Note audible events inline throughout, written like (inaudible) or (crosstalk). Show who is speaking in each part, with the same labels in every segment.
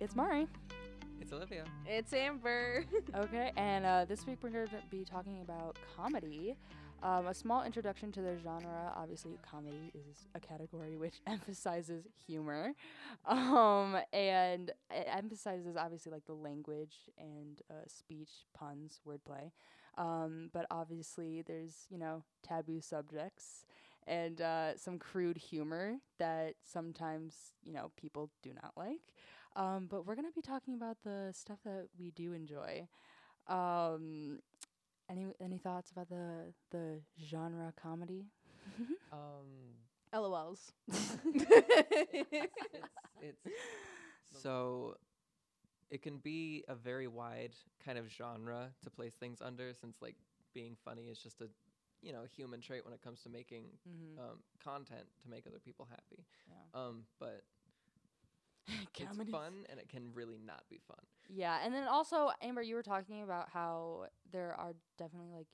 Speaker 1: It's Mari.
Speaker 2: It's Olivia.
Speaker 3: It's Amber.
Speaker 1: okay, and uh, this week we're going to be talking about comedy. Um, a small introduction to the genre. Obviously, comedy is a category which (laughs) emphasizes humor, um, and it emphasizes obviously like the language and uh, speech, puns, wordplay. Um, but obviously, there's you know taboo subjects and uh, some crude humor that sometimes you know people do not like. Um, but we're gonna be talking about the stuff that we do enjoy. Um, any any thoughts about the the genre comedy?
Speaker 2: Um,
Speaker 1: (laughs)
Speaker 3: (laughs) LOLs.
Speaker 1: Mm-hmm.
Speaker 2: (laughs) it's, it's, so it can be a very wide kind of genre to place things under, since like being funny is just a you know human trait when it comes to making
Speaker 1: Mm-hmm.
Speaker 2: um, content to make other people happy.
Speaker 1: Yeah.
Speaker 2: Um, but it's fun and it can really not be fun.
Speaker 1: Yeah, and then also Amber, you were talking about how there are definitely like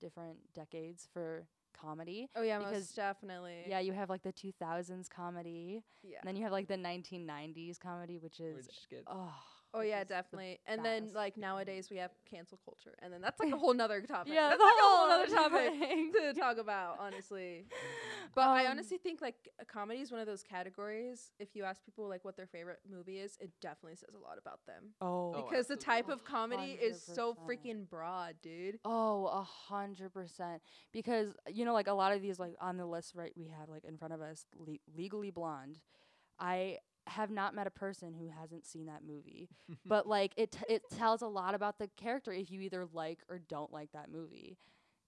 Speaker 1: different decades for comedy.
Speaker 3: oh yeah,
Speaker 1: Because-
Speaker 3: most definitely.
Speaker 1: Yeah, you have like the 2000s comedy,
Speaker 3: Yeah.
Speaker 1: and then you have like the 1990s comedy, which is
Speaker 2: Which gets (laughs)
Speaker 1: oh,
Speaker 3: Oh
Speaker 1: which
Speaker 3: yeah,
Speaker 1: is the-
Speaker 3: definitely. And then
Speaker 1: best.
Speaker 3: like nowadays we have cancel culture, and then that's
Speaker 1: (laughs)
Speaker 3: like a whole nother topic.
Speaker 1: Yeah,
Speaker 3: that's
Speaker 1: the
Speaker 3: like a
Speaker 1: whole
Speaker 3: whole other
Speaker 1: other
Speaker 3: topic (laughs)
Speaker 1: thing.
Speaker 3: to talk about, honestly. But I
Speaker 1: Um,
Speaker 3: honestly think like a comedy is one of those categories. If you ask people like what their favorite movie is, it definitely says a lot about them
Speaker 1: oh,
Speaker 2: Oh,
Speaker 3: because the type of
Speaker 1: absolutely.
Speaker 3: comedy is so
Speaker 1: 100%.
Speaker 3: freaking broad, dude.
Speaker 1: Oh, a hundred percent. Because you know, like a lot of these, like on the list, right? We have like in front of us, le- Legally Blonde. I have not met a person who hasn't seen that movie,
Speaker 2: Mm-hmm. Hmm.
Speaker 1: but like it, t- it tells a lot about the character if you either like or don't like that movie,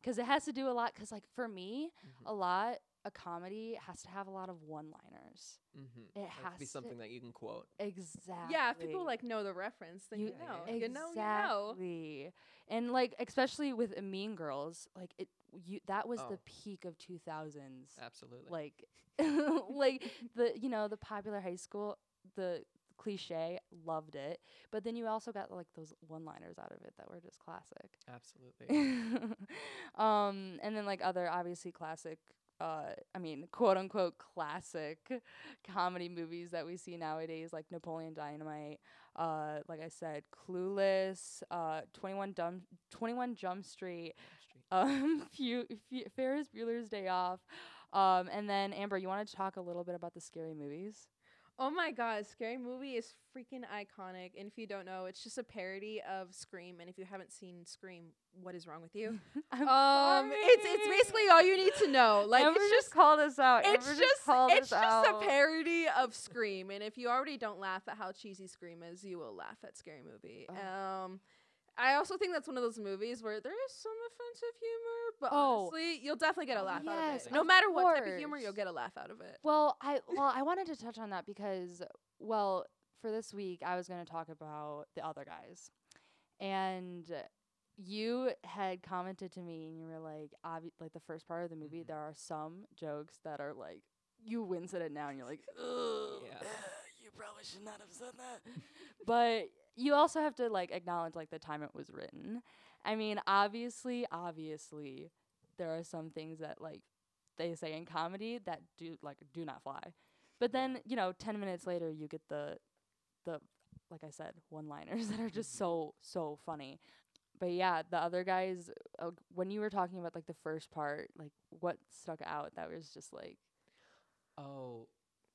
Speaker 1: because it has to do a lot. Because like for me,
Speaker 2: Mhm.
Speaker 1: a lot a comedy has to have a lot of one-liners.
Speaker 2: Mm-hmm.
Speaker 1: It
Speaker 2: It
Speaker 1: has
Speaker 2: has to be something that you can quote.
Speaker 1: exactly.
Speaker 3: Yeah, if people like know the reference, then you,
Speaker 1: You-
Speaker 3: know.
Speaker 2: yeah,
Speaker 3: You know, you know.
Speaker 1: Exactly. And like especially with Mean Girls, like it you that was the
Speaker 2: Oh.
Speaker 1: peak of 2000s.
Speaker 2: Absolutely.
Speaker 1: Like like (laughs) the you know the popular high school the cliche loved it, but then you also got like those one-liners out of it that were just classic. (laughs)
Speaker 2: Absolutely.
Speaker 1: um and then like other obviously classic uh I mean quote unquote classic (laughs) comedy movies that we see nowadays like Napoleon Dynamite, uh like I said Clueless, uh 21 Dumb 21 Jump Street, (laughs) um Fu- Fu- Ferris Bueller's Day Off. Um and then Amber, you want to talk a little bit about the scary
Speaker 3: (laughs)
Speaker 1: movies?
Speaker 3: Oh my god, Scary Movie is freaking iconic. And if you don't know, it's just a parody of Scream. And if you haven't seen Scream, what is wrong with you?
Speaker 1: (laughs) I'm
Speaker 3: um, it's it's
Speaker 1: sorry.
Speaker 3: basically all you need to know. Like
Speaker 1: Amber
Speaker 3: it's
Speaker 1: just,
Speaker 3: just
Speaker 1: call this out.
Speaker 3: it's
Speaker 1: Amber
Speaker 3: just
Speaker 1: call
Speaker 3: it's
Speaker 1: this
Speaker 3: just
Speaker 1: out.
Speaker 3: a parody of Scream. And if you already don't laugh at how cheesy Scream is, you will laugh at Scary Movie.
Speaker 1: Ugh.
Speaker 3: Um. I also think that's one of those movies where there is some offensive humor, but
Speaker 1: Oh.
Speaker 3: honestly, you'll definitely get a
Speaker 1: Oh,
Speaker 3: laugh out of
Speaker 1: yes,
Speaker 3: it. No
Speaker 1: of
Speaker 3: matter what type of humor,
Speaker 1: course.
Speaker 3: you'll get a laugh out of it.
Speaker 1: Well, I well, I wanted to touch on that because well, for this week I was going to talk about the other guys. And you had commented to me and you were like, obvi- like the first part of the movie
Speaker 2: Mhm.
Speaker 1: there are some jokes that are like you wince at it now and you're
Speaker 2: (laughs)
Speaker 1: like, "Ugh,
Speaker 2: Yeah.
Speaker 1: (sighs) you probably should not have said that." but you also have to like acknowledge like the time it was written. I mean, obviously, obviously there are some things that like they say in comedy that do like do not fly. But
Speaker 2: Yeah.
Speaker 1: then, you know, 10 minutes later you get the the like I said, one-liners (laughs) that are just
Speaker 2: Mhm.
Speaker 1: so so funny. But yeah, the other guys uh, when you were talking about like the first part, like what stuck out that was just like
Speaker 2: Oh,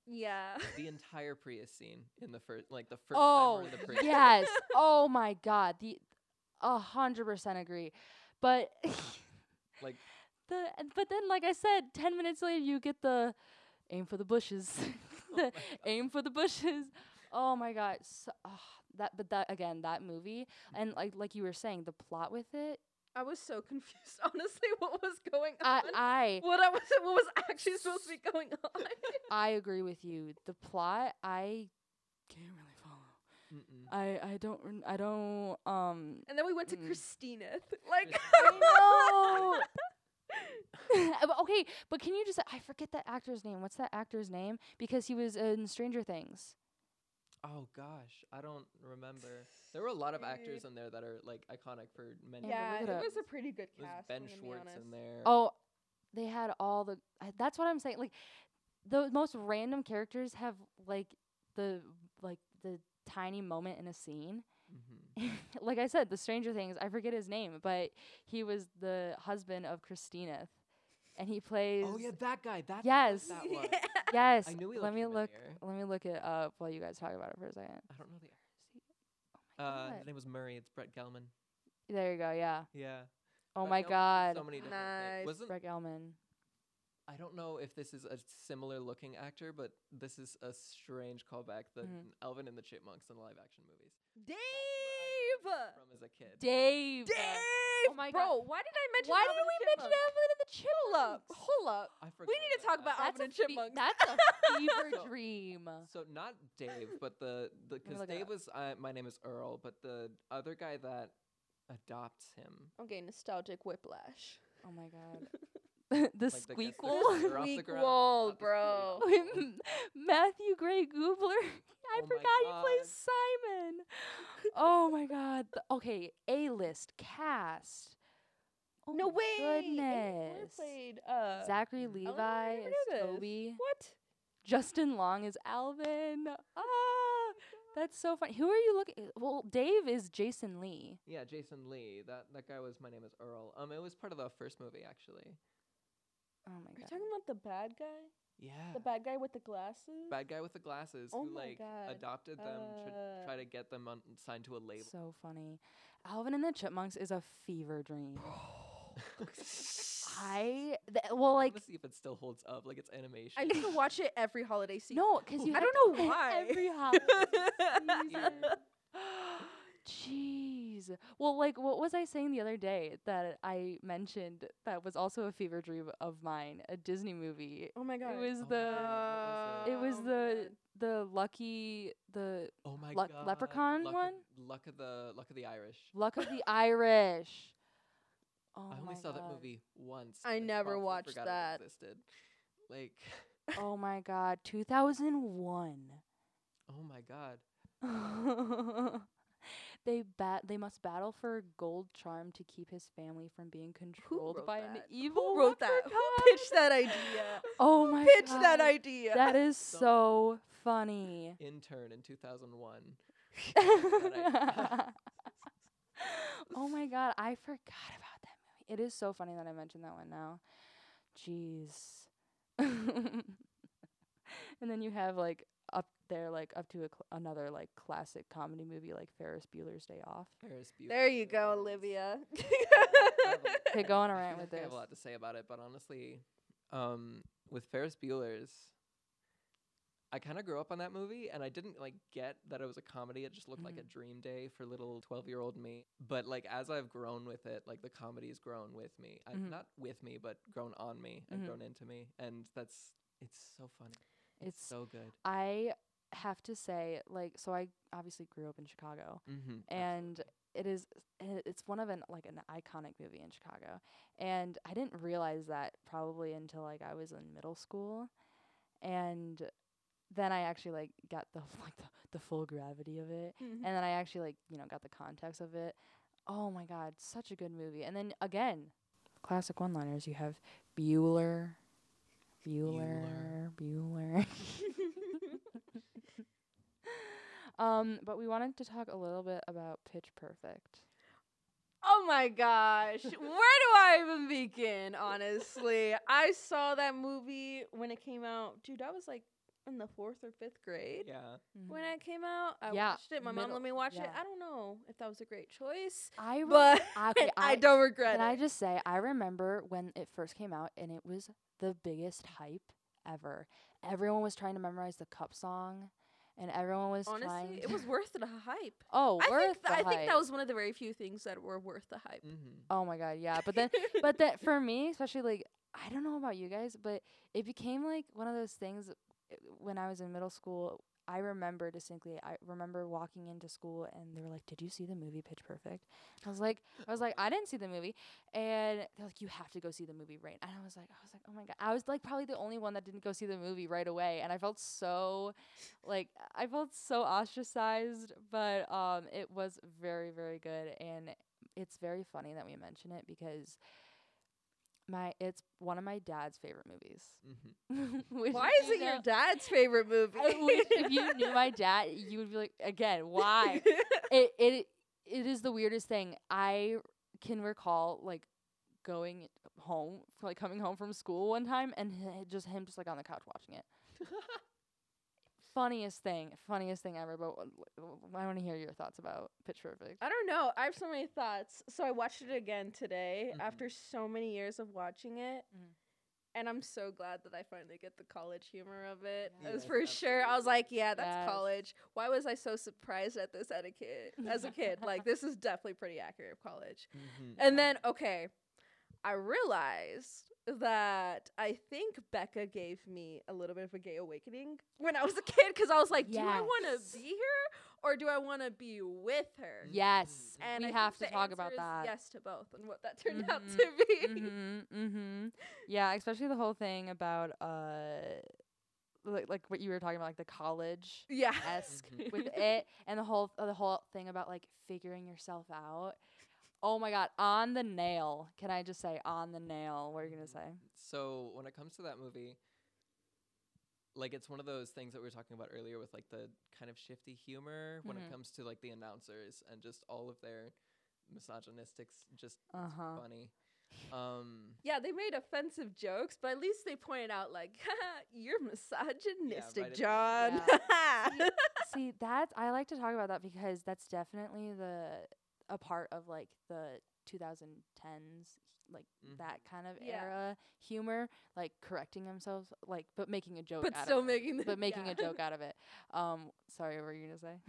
Speaker 3: Yeah.
Speaker 2: the entire Prius scene in the first, like the first
Speaker 1: Oh, (laughs)
Speaker 2: time we're in the Prius. (laughs)
Speaker 1: yes. Oh my god. The a hundred percent agree. But (laughs)
Speaker 2: Like-
Speaker 1: the but then like I said, ten minutes later you get the aim for the
Speaker 2: (laughs)
Speaker 1: bushes. (laughs)
Speaker 2: Oh my
Speaker 1: the aim for the bushes. Oh my god. So, ah, that but that again, that movie and like like you were saying, the plot with
Speaker 2: (laughs)
Speaker 1: it.
Speaker 3: I was so (laughs) confused, honestly, what was going
Speaker 1: I
Speaker 3: on.
Speaker 2: (laughs)
Speaker 1: I
Speaker 3: what I was what was actually supposed to be going (laughs) on.
Speaker 1: I agree with you. The plot I can't really follow.
Speaker 2: Mm-mm.
Speaker 1: I I don't rem- I don't um
Speaker 3: and then we went to
Speaker 2: Hmm.
Speaker 1: Mm.
Speaker 3: Christina. Like (laughs)
Speaker 1: I know. (laughs) Uh, but okay, but can you just? I forget that actor's name. What's that actor's name? Because he was in Stranger Things.
Speaker 2: Oh gosh, I don't remember. There were a lot of actors in there that are like iconic for many.
Speaker 3: Yeah,
Speaker 1: look
Speaker 3: it
Speaker 1: it up.
Speaker 3: was a pretty good
Speaker 2: There's
Speaker 3: cast.
Speaker 2: Ben
Speaker 3: I'm gonna be
Speaker 2: Schwartz
Speaker 3: honest.
Speaker 2: in there.
Speaker 1: Oh, they had all the. I- That's what I'm saying. Like, the most random characters have like the like the tiny moment in a scene. (laughs)
Speaker 2: Mm-hmm.
Speaker 1: like I said, the Stranger Things, I forget his name, but he was the husband of Christina. And he plays
Speaker 2: Oh yeah, that guy. That
Speaker 1: Yes. (laughs)
Speaker 2: That one.
Speaker 1: Yes.
Speaker 2: I knew he
Speaker 1: let
Speaker 2: looked
Speaker 1: me look let
Speaker 2: familiar.
Speaker 1: me look it up while you guys talk about it for a second.
Speaker 2: I don't know the.
Speaker 1: Oh my
Speaker 2: Uh,
Speaker 1: God.
Speaker 2: his name was Murray. It's Brett Gelman.
Speaker 1: There you go, yeah.
Speaker 2: Yeah.
Speaker 1: Oh
Speaker 2: Brett
Speaker 1: my
Speaker 2: Gelman did
Speaker 1: god.
Speaker 2: So many different
Speaker 3: Nice.
Speaker 2: things. Wasn't
Speaker 1: Greg Elman.
Speaker 2: I don't know if this is a similar looking actor, but this is a strange callback. The
Speaker 1: Mhm.
Speaker 2: Alvin and the Chipmunks in live action movies.
Speaker 3: Dave.
Speaker 2: That's where I remember him From as a kid.
Speaker 1: Dave.
Speaker 3: Dave.
Speaker 1: Oh my
Speaker 3: Bro,
Speaker 1: God.
Speaker 3: why did I mention?
Speaker 1: Why
Speaker 3: Alvin
Speaker 1: did
Speaker 3: and
Speaker 1: we mention
Speaker 3: Chipmunks?
Speaker 1: Evelyn and the Chipmunks?
Speaker 3: Hold up.
Speaker 2: I forgot.
Speaker 3: need to talk about
Speaker 1: That's
Speaker 3: Alvin
Speaker 1: a,
Speaker 3: and
Speaker 1: fe-
Speaker 3: Chipmunks.
Speaker 1: that's
Speaker 3: (laughs)
Speaker 1: a (laughs) fever
Speaker 2: So-
Speaker 1: dream.
Speaker 2: So not Dave, but the
Speaker 3: (laughs)
Speaker 2: the
Speaker 1: me
Speaker 2: because
Speaker 1: look it
Speaker 2: Dave
Speaker 1: up.
Speaker 2: was uh, my name is Earl, but the other guy that adopts him.
Speaker 3: Okay, nostalgic (laughs) whiplash.
Speaker 1: Oh my god. (laughs) the
Speaker 2: like that gets
Speaker 1: squeakquel. (laughs)
Speaker 2: The finger off the
Speaker 3: Squeak
Speaker 2: ground,
Speaker 3: wall,
Speaker 2: not the
Speaker 3: bro.
Speaker 2: squeakquel.
Speaker 1: Matthew Gray Goobler. (laughs) I
Speaker 2: Oh my
Speaker 1: forgot he plays Simon. Oh my god. The- okay, A list cast. Oh
Speaker 3: no
Speaker 1: my
Speaker 3: way. Amy Poehler
Speaker 1: Goodness.
Speaker 3: Played, uh,
Speaker 1: Zachary
Speaker 2: Mhm.
Speaker 3: Ellen,
Speaker 1: Levi
Speaker 3: I never
Speaker 1: is
Speaker 3: knew this.
Speaker 1: Toby.
Speaker 3: What?
Speaker 1: Justin Long is Alvin. Ah, that's so funny. Who are you looking? Well, Dave is Jason Lee.
Speaker 2: Yeah, Jason Lee. That that guy was my name is Earl. Um, it was part of the first movie actually.
Speaker 1: Oh my
Speaker 3: Are you
Speaker 1: god.
Speaker 3: talking about the bad guy?
Speaker 2: Yeah.
Speaker 3: The bad guy with the glasses?
Speaker 2: bad guy with the glasses
Speaker 3: Oh
Speaker 2: who
Speaker 3: my
Speaker 2: like
Speaker 3: God.
Speaker 2: adopted them to try
Speaker 3: Uh,
Speaker 2: to get them on, signed to a label.
Speaker 1: So funny. Alvin and the Chipmunks is a fever
Speaker 3: (gasps)
Speaker 1: dream.
Speaker 2: (laughs)
Speaker 1: I th- well
Speaker 2: I
Speaker 1: like
Speaker 2: wanna see if it still holds up. Like it's animation.
Speaker 3: I used to watch it every (laughs) holiday season.
Speaker 1: no because you
Speaker 3: I
Speaker 1: have
Speaker 3: don't
Speaker 1: to-
Speaker 3: know why.
Speaker 1: every
Speaker 3: (laughs)
Speaker 1: holiday (laughs)
Speaker 2: Weird.
Speaker 1: season. Jeez. Well, like, what was I saying the other day that I mentioned that was also a fever dream of mine? A Disney movie.
Speaker 3: Oh my god.
Speaker 1: It was
Speaker 2: Oh my
Speaker 1: the
Speaker 2: God,
Speaker 1: it was
Speaker 3: Oh my
Speaker 1: the
Speaker 3: God.
Speaker 1: the lucky the
Speaker 2: oh my
Speaker 1: Luck-
Speaker 2: god.
Speaker 1: Leprechaun
Speaker 2: luck
Speaker 1: one?
Speaker 2: Of, luck of the luck of the Irish.
Speaker 1: luck of the Irish. Oh
Speaker 2: I only
Speaker 1: my
Speaker 2: saw that
Speaker 1: God.
Speaker 2: movie once.
Speaker 3: I
Speaker 2: and
Speaker 3: never
Speaker 2: promptly
Speaker 3: watched
Speaker 2: forgot it
Speaker 3: that.
Speaker 2: existed. Like, (laughs)
Speaker 1: Oh my god, 2001.
Speaker 2: oh my god.
Speaker 1: (laughs) they bat they must battle for gold charm to keep his family from being controlled
Speaker 3: wrote
Speaker 1: by an
Speaker 3: that?
Speaker 1: evil
Speaker 3: Who wrote that? (laughs)
Speaker 1: leprechaun.
Speaker 3: Who pitched that idea?
Speaker 1: (laughs) Oh
Speaker 3: Who
Speaker 1: my
Speaker 3: pitched
Speaker 1: god.
Speaker 3: that idea? (laughs)
Speaker 1: That is
Speaker 2: So-
Speaker 1: so funny.
Speaker 2: Intern in 2001.
Speaker 1: (laughs)
Speaker 3: (laughs)
Speaker 2: idea.
Speaker 1: oh my god, I forgot about that movie. It is so funny that I mentioned that one now. Jeez. (laughs) and then you have like up there, like up to a cl- another like classic comedy movie, like Ferris Bueller's Day Off.
Speaker 2: (laughs) Ferris Bueller.
Speaker 3: there you go,
Speaker 2: Yes.
Speaker 3: Olivia. (laughs)
Speaker 1: Okay, go on a
Speaker 2: I
Speaker 1: rant
Speaker 2: feel
Speaker 1: with
Speaker 2: like I
Speaker 1: this.
Speaker 2: have a lot to say about it, but honestly, um, with Ferris Bueller's, I kind of grew up on that movie, and I didn't like get that it was a comedy. It just looked
Speaker 1: Mm-hmm.
Speaker 2: like a dream day for little twelve-year-old me. But like as I've grown with it, like the comedy's grown with me. I,
Speaker 1: Mhm.
Speaker 2: Not with me, but grown on me and
Speaker 1: Mhm.
Speaker 2: grown into me, and that's it's so funny.
Speaker 1: It's
Speaker 2: so good.
Speaker 1: I have to say, like, so I obviously grew up in Chicago,
Speaker 2: Mm-hmm,
Speaker 1: and it is i- it's one of an like an iconic movie in Chicago, and I didn't realize that probably until like I was in middle school, and then I actually like got the (laughs) like the, the full gravity of it,
Speaker 3: (laughs)
Speaker 1: and then I actually like you know got the context of it. Oh my god, such a good movie! And then again, classic one-liners. You have Bueller, Bueller,
Speaker 2: Bueller.
Speaker 1: Bueller.
Speaker 3: (laughs)
Speaker 1: um, but we wanted to talk a little bit about Pitch Perfect.
Speaker 3: Oh my gosh. Where do I even begin, honestly? I saw that movie when it came out. Dude, I was like in the fourth or fifth grade.
Speaker 2: yeah.
Speaker 3: When it came out, I
Speaker 1: Yeah,
Speaker 3: watched it. My mom
Speaker 1: middle-
Speaker 3: let me watch it.
Speaker 1: yeah.
Speaker 3: I don't know if that was a great choice,
Speaker 1: (laughs) I re-
Speaker 3: but
Speaker 1: okay,
Speaker 3: (laughs) I, don't regret
Speaker 1: Can
Speaker 3: it.
Speaker 1: I just say I remember when it first came out and it was the biggest hype ever. Everyone was trying to memorize the cup song, and everyone was trying.
Speaker 3: honestly, it was worth the hype.
Speaker 1: (laughs) oh,
Speaker 3: I
Speaker 1: worth
Speaker 3: think th-
Speaker 1: the
Speaker 3: I think
Speaker 1: hype.
Speaker 3: that was one of the very few things that were worth the hype.
Speaker 2: Mm-hmm.
Speaker 1: Oh my god, yeah. But then
Speaker 3: (laughs)
Speaker 1: but that for me, especially like I don't know about you guys, but it became like one of those things uh, when I was in middle school. I remember distinctly. I remember walking into school and they were like, "Did you see the movie Pitch Perfect?" I was like, "I was like, I didn't see the movie," and they're like, "You have to go see the movie right." And I was like, "I was like, oh my god!" I was like probably the only one that didn't go see the movie right away, and I felt so, like, I felt so ostracized. But um, it was very, very good, and it's very funny that we mention it because My it's one of my dad's favorite movies. (laughs)
Speaker 2: Mhm.
Speaker 1: Which
Speaker 3: Why
Speaker 1: if
Speaker 3: is
Speaker 1: you (laughs)
Speaker 3: it your
Speaker 1: know-
Speaker 3: dad's favorite movie?
Speaker 1: I wish if you knew my dad, you would be like,
Speaker 3: (laughs)
Speaker 1: again, why? it it it is the weirdest thing. I can recall like going home, like coming home from school one time, and h- just him just like on the couch watching
Speaker 3: (laughs)
Speaker 1: it. funniest thing, funniest thing ever. But w- w- I want to hear your thoughts about Pitch Perfect.
Speaker 3: I don't know. I have so many thoughts. So I watched it again today
Speaker 1: Mm-hmm.
Speaker 2: Mhm.
Speaker 3: after so many years of watching it.
Speaker 1: Mhm.
Speaker 3: And I'm so glad that I finally get the college humor of it. That was
Speaker 2: Yes,
Speaker 3: for sure. I was like, yeah, that's
Speaker 1: Yes.
Speaker 3: college. Why was I so surprised at this as a kid? As a kid, like this is definitely pretty accurate of college.
Speaker 2: Mhm.
Speaker 3: And then okay, I realized that I think Becca gave me a little bit of a gay awakening when I was a kid because I was like, do I want
Speaker 1: Yes.
Speaker 3: to be here or do I want to be with her?
Speaker 1: Yes,
Speaker 2: Mhm.
Speaker 3: And
Speaker 1: we
Speaker 3: I
Speaker 1: have
Speaker 3: think
Speaker 1: to
Speaker 3: the
Speaker 1: talk about
Speaker 3: answer is
Speaker 1: that.
Speaker 3: Yes to both, and what that turned out
Speaker 1: Mhm,
Speaker 3: to be.
Speaker 1: Mm-hmm, mm-hmm. Yeah, especially the whole thing about uh, like like what you were talking about, like the college.
Speaker 3: (laughs) Yeah. (laughs)
Speaker 1: esque with it and the whole the whole thing about like figuring yourself out. Oh my god, on the nail. Can I just say on the nail? What are you gonna
Speaker 2: Mhm.
Speaker 1: say?
Speaker 2: So when it comes to that movie, like it's one of those things that we were talking about earlier with like the kind of shifty humor when
Speaker 1: Mhm.
Speaker 2: it comes to like the announcers and just all of their misogynistics just
Speaker 1: Uh huh.
Speaker 2: funny. Um
Speaker 3: Yeah, they made offensive jokes, but at least they pointed out like, (laughs) "You're misogynistic,
Speaker 2: right at the
Speaker 3: John."
Speaker 1: end.
Speaker 3: (laughs)
Speaker 1: See, that's I like to talk about that because that's definitely the a part of like the 2010s like
Speaker 2: Mhm.
Speaker 1: that kind of
Speaker 3: Mm-hmm. Yeah.
Speaker 1: era humor, like correcting themselves, like but making a joke
Speaker 3: but
Speaker 1: out
Speaker 3: still
Speaker 1: of it.
Speaker 3: making the (laughs)
Speaker 1: but making
Speaker 3: yeah.
Speaker 1: a joke out of it. Um, sorry, what were you gonna say?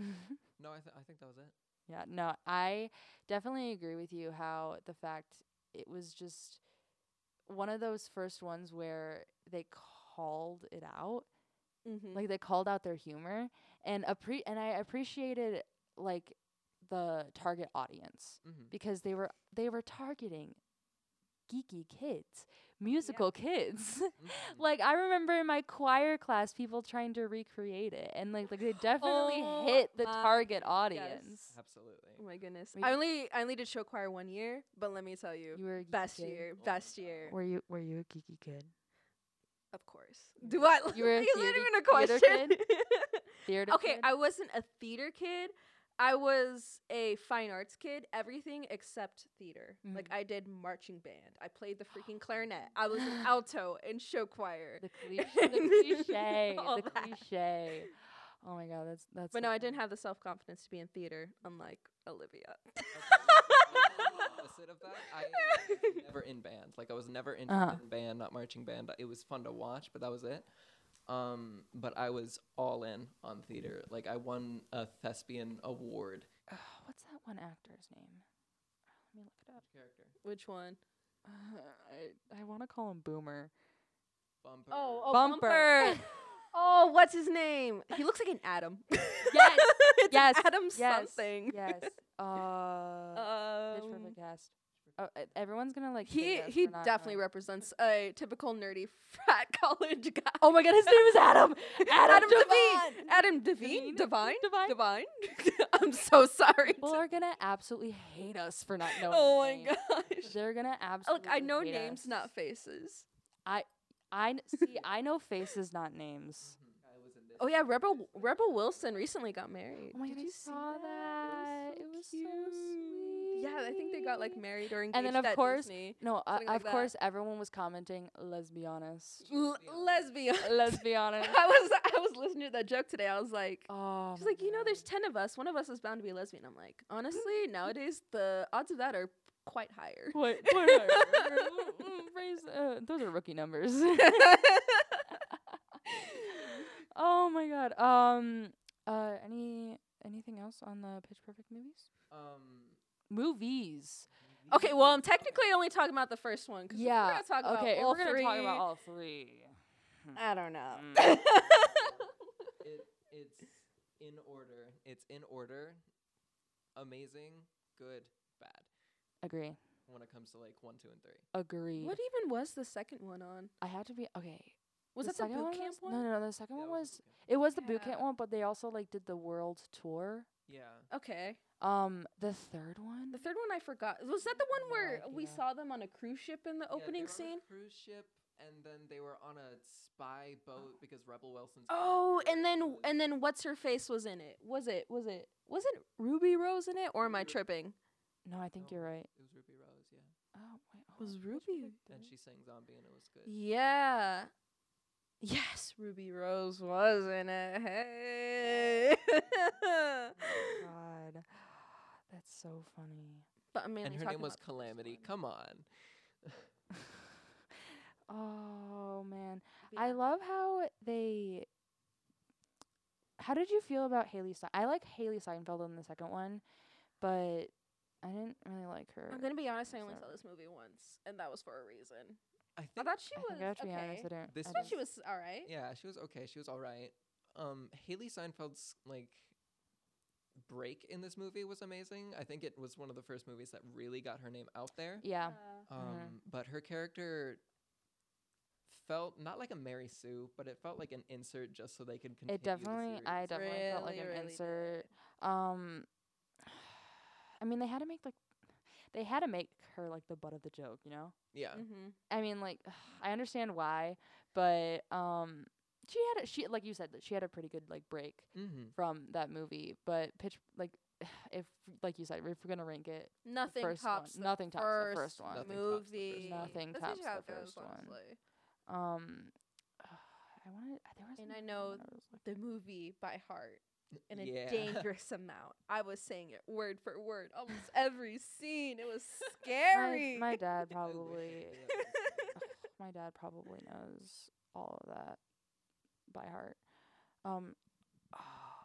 Speaker 2: No, I th- I think that was it.
Speaker 1: Yeah, no, I definitely agree with you how the fact it was just one of those first ones where they called it out.
Speaker 3: Mhm.
Speaker 1: Like they called out their humor and appre- and I appreciated like the target audience
Speaker 2: Mm-hmm.
Speaker 1: because they were they were targeting geeky kids, musical kids.
Speaker 2: Mm-hmm.
Speaker 1: Like I remember in my choir class, people trying to recreate it, and like like they definitely
Speaker 3: Oh
Speaker 1: hit the
Speaker 3: my-
Speaker 1: target audience.
Speaker 3: (laughs)
Speaker 2: Absolutely.
Speaker 3: oh my goodness,
Speaker 1: We-
Speaker 3: I only I only did show choir one year, but let me tell you,
Speaker 1: You Oh were a geeky
Speaker 3: best
Speaker 1: kid.
Speaker 3: year,
Speaker 2: my
Speaker 3: best
Speaker 2: God.
Speaker 3: year,
Speaker 1: Were you were you a geeky kid?
Speaker 3: of course.
Speaker 1: You
Speaker 3: Do I?
Speaker 1: you
Speaker 3: (laughs)
Speaker 1: were Mm-hmm. a
Speaker 3: is that
Speaker 1: theater-
Speaker 3: even a
Speaker 1: theater
Speaker 3: question?
Speaker 1: Theater.
Speaker 3: Okay,
Speaker 1: kid?
Speaker 3: I wasn't a theater kid. I was a fine arts kid. Everything except theater. Like
Speaker 1: Mm.
Speaker 3: I did marching band. I
Speaker 1: (gasps)
Speaker 3: played the freaking clarinet. I was an alto in show choir. (laughs)
Speaker 1: the cliche. The cliche.
Speaker 3: All
Speaker 1: the
Speaker 3: that.
Speaker 1: cliche. Oh my god, that's that's.
Speaker 3: But
Speaker 1: so
Speaker 3: no, I didn't
Speaker 1: funny.
Speaker 3: have the self confidence to be in theater, unlike
Speaker 1: (laughs)
Speaker 3: Olivia.
Speaker 2: opposite of that, I
Speaker 3: (laughs)
Speaker 2: was never in band. Like I was never interested
Speaker 1: Uh-huh.
Speaker 2: in band, not marching band. It was fun to watch, but that was it. Um, but I was all in on theater. Like I won a thespian award.
Speaker 1: Ugh, (sighs) what's that one actor's name? Let me look it up.
Speaker 2: Character.
Speaker 3: Which one?
Speaker 1: Uh, (sighs) I I want to call him Boomer.
Speaker 2: Bumper.
Speaker 3: Oh, oh
Speaker 1: Bumper. (laughs)
Speaker 3: Bumper. (laughs) oh, what's his name? He looks like an Adam. (laughs)
Speaker 1: Yes,
Speaker 3: It's an
Speaker 1: yes,
Speaker 3: Adam
Speaker 1: yes,
Speaker 3: something. (laughs)
Speaker 1: Yes. Uh. Pitch
Speaker 3: Um,
Speaker 1: perfect cast. Oh, e- everyone's gonna like.
Speaker 3: He
Speaker 1: hate us
Speaker 3: he
Speaker 1: for not uh,
Speaker 3: definitely
Speaker 1: knowing.
Speaker 3: represents a typical nerdy (laughs) frat
Speaker 1: (laughs)
Speaker 3: college guy.
Speaker 1: oh my god, his name is Adam. Adam,
Speaker 3: Adam Devine.
Speaker 1: Devine.
Speaker 3: Adam Devine.
Speaker 1: Devine?
Speaker 3: Divine.
Speaker 1: Divine?
Speaker 3: Divine. (laughs) I'm so sorry.
Speaker 1: People
Speaker 3: to-
Speaker 1: are gonna absolutely hate us for not knowing.
Speaker 3: (laughs) oh
Speaker 1: his
Speaker 3: my
Speaker 1: name.
Speaker 3: gosh.
Speaker 1: They're gonna absolutely.
Speaker 3: (laughs) Look, I know
Speaker 1: hate
Speaker 3: names,
Speaker 1: us.
Speaker 3: not faces.
Speaker 1: I kn- see. I know faces, not names.
Speaker 2: Mm-hmm. I was in this
Speaker 3: Oh yeah,
Speaker 2: one.
Speaker 3: Rebel Rebel Wilson recently got married.
Speaker 1: Oh my
Speaker 3: Did
Speaker 1: god, I
Speaker 3: you see
Speaker 1: saw that. It was so, sweet.
Speaker 3: Yeah, I think they got like
Speaker 1: married.
Speaker 3: married or engaged
Speaker 1: then, of
Speaker 3: at
Speaker 1: course,
Speaker 3: Disney.
Speaker 1: No, uh,
Speaker 3: something like
Speaker 1: of
Speaker 3: that.
Speaker 1: course, everyone was commenting. Let's be honest.
Speaker 3: L- (laughs)
Speaker 1: (laughs)
Speaker 3: lesbian.
Speaker 1: Let's be honest.
Speaker 3: I was I was listening to that joke today. I was like,
Speaker 1: Oh,
Speaker 3: She's
Speaker 1: my
Speaker 3: like, you know,
Speaker 1: God.
Speaker 3: there's 10 of us. One of us is bound to be a lesbian. I'm like, honestly, nowadays, the odds of that are quite
Speaker 1: (laughs)
Speaker 3: higher.
Speaker 1: What? what are- mm, mm, raise- uh, those are rookie numbers. (laughs) oh my god. Um. Uh. Any anything else on the Pitch Perfect movies?
Speaker 2: Um,
Speaker 1: Movies.
Speaker 3: okay, well, I'm technically only talking about the first one. 'cause
Speaker 1: Yeah.
Speaker 3: We're going to talk about
Speaker 1: okay.
Speaker 3: all
Speaker 1: we're gonna talk
Speaker 3: three.
Speaker 1: about all three.
Speaker 3: I don't know.
Speaker 2: it, it's in order. It's in order. Amazing, good, bad.
Speaker 1: Agree.
Speaker 2: When it comes to like one, two, and three.
Speaker 1: (laughs)
Speaker 2: Mm.
Speaker 1: Agree.
Speaker 3: what even was the second one on?
Speaker 1: I had to be okay.
Speaker 3: Was that the
Speaker 1: second
Speaker 3: boot
Speaker 1: one
Speaker 3: camp
Speaker 1: was-
Speaker 3: one?
Speaker 1: No, no, no. The second
Speaker 2: Yeah,
Speaker 1: one
Speaker 2: it was
Speaker 1: was it was the boot
Speaker 3: Yeah.
Speaker 1: camp one, but they also like did the world tour.
Speaker 2: Yeah.
Speaker 3: Okay.
Speaker 1: Um, the third one.
Speaker 3: The third one I forgot. Was that the one
Speaker 2: No
Speaker 3: where we
Speaker 2: idea.
Speaker 3: saw them on a cruise ship in the
Speaker 2: Yeah, they
Speaker 3: opening
Speaker 2: were on a
Speaker 3: scene?
Speaker 2: cruise ship, and then they were on a spy boat because Rebel Wilson's. character
Speaker 3: Oh, and then
Speaker 2: was-
Speaker 3: and then what's her face was in it? Was it was it wasn't Ruby Rose in it or am I
Speaker 2: Ru-
Speaker 3: tripping?
Speaker 1: no, I think
Speaker 2: No.
Speaker 1: you're right.
Speaker 2: it was Ruby Rose, yeah.
Speaker 1: Oh wait, oh,
Speaker 3: Was
Speaker 1: which
Speaker 3: Ruby-
Speaker 1: one did
Speaker 2: And
Speaker 1: I-
Speaker 2: she sang Zombie, and it was good.
Speaker 3: Yeah. Yes, Ruby Rose was in it. Hey.
Speaker 1: God, (gasps) that's so funny.
Speaker 3: (laughs)
Speaker 1: (laughs)
Speaker 3: but I'm mainly
Speaker 2: and her
Speaker 3: talking
Speaker 2: name was
Speaker 3: about-
Speaker 2: Calamity.
Speaker 1: one.
Speaker 2: Come on.
Speaker 1: oh man,
Speaker 3: But
Speaker 1: I
Speaker 3: yeah.
Speaker 1: love how they. How did you feel about Haley? Se- I like Haley Seinfeld in the second one, but I didn't really like her.
Speaker 3: I'm gonna be honest. I only
Speaker 1: Sorry.
Speaker 3: saw this movie once, and that was for a reason.
Speaker 2: I
Speaker 3: I
Speaker 2: think.
Speaker 3: thought she
Speaker 1: I
Speaker 3: was
Speaker 1: think I have to be
Speaker 3: okay.
Speaker 1: honest. I didn't.
Speaker 2: This
Speaker 1: I
Speaker 3: I thought
Speaker 1: didn't-
Speaker 3: she was all Oh, right.
Speaker 2: Yeah, she was okay. She was all right. Um, Haley Seinfeld's like break in this movie was amazing. I think it was one of the first movies that really got her name out there.
Speaker 1: Yeah.
Speaker 3: Uh,
Speaker 2: Um, but her character felt not like a Mary Sue, but it felt like an insert just so they could continue.
Speaker 1: It definitely,
Speaker 2: The
Speaker 1: I
Speaker 2: series.
Speaker 1: definitely felt like an
Speaker 3: Really, really did.
Speaker 1: insert. Um, I mean, they had to make like, they had to make her like the butt of the joke, you know.
Speaker 2: yeah.
Speaker 3: Mm-hmm.
Speaker 1: I mean, like, (sighs) I understand why, but um, she had a, she like you said that she had a pretty good like break
Speaker 2: Mm-hmm.
Speaker 1: from that movie, but pitch like. (sighs) If like you said, if we're gonna rank it,
Speaker 3: Nothing
Speaker 1: first one-
Speaker 3: tops.
Speaker 1: nothing
Speaker 3: the
Speaker 1: tops the
Speaker 3: first
Speaker 1: first one.
Speaker 2: Nothing tops the first
Speaker 3: Movie.
Speaker 1: one. Nothing
Speaker 3: That's usually
Speaker 1: tops
Speaker 3: how
Speaker 1: the
Speaker 3: it goes,
Speaker 1: first one.
Speaker 3: honestly.
Speaker 1: um, (sighs) I wanted there was
Speaker 3: And
Speaker 1: another
Speaker 3: I
Speaker 1: one
Speaker 3: know
Speaker 1: that I was like-
Speaker 3: The movie by heart in a
Speaker 2: Yeah. (laughs)
Speaker 3: dangerous amount. I was saying it word for word, almost every scene. It was scary. (laughs)
Speaker 1: My, my dad
Speaker 2: I wish I (laughs)
Speaker 1: probably
Speaker 2: knew that was
Speaker 1: Ugh, my dad probably knows all of that by heart. Um, (sighs)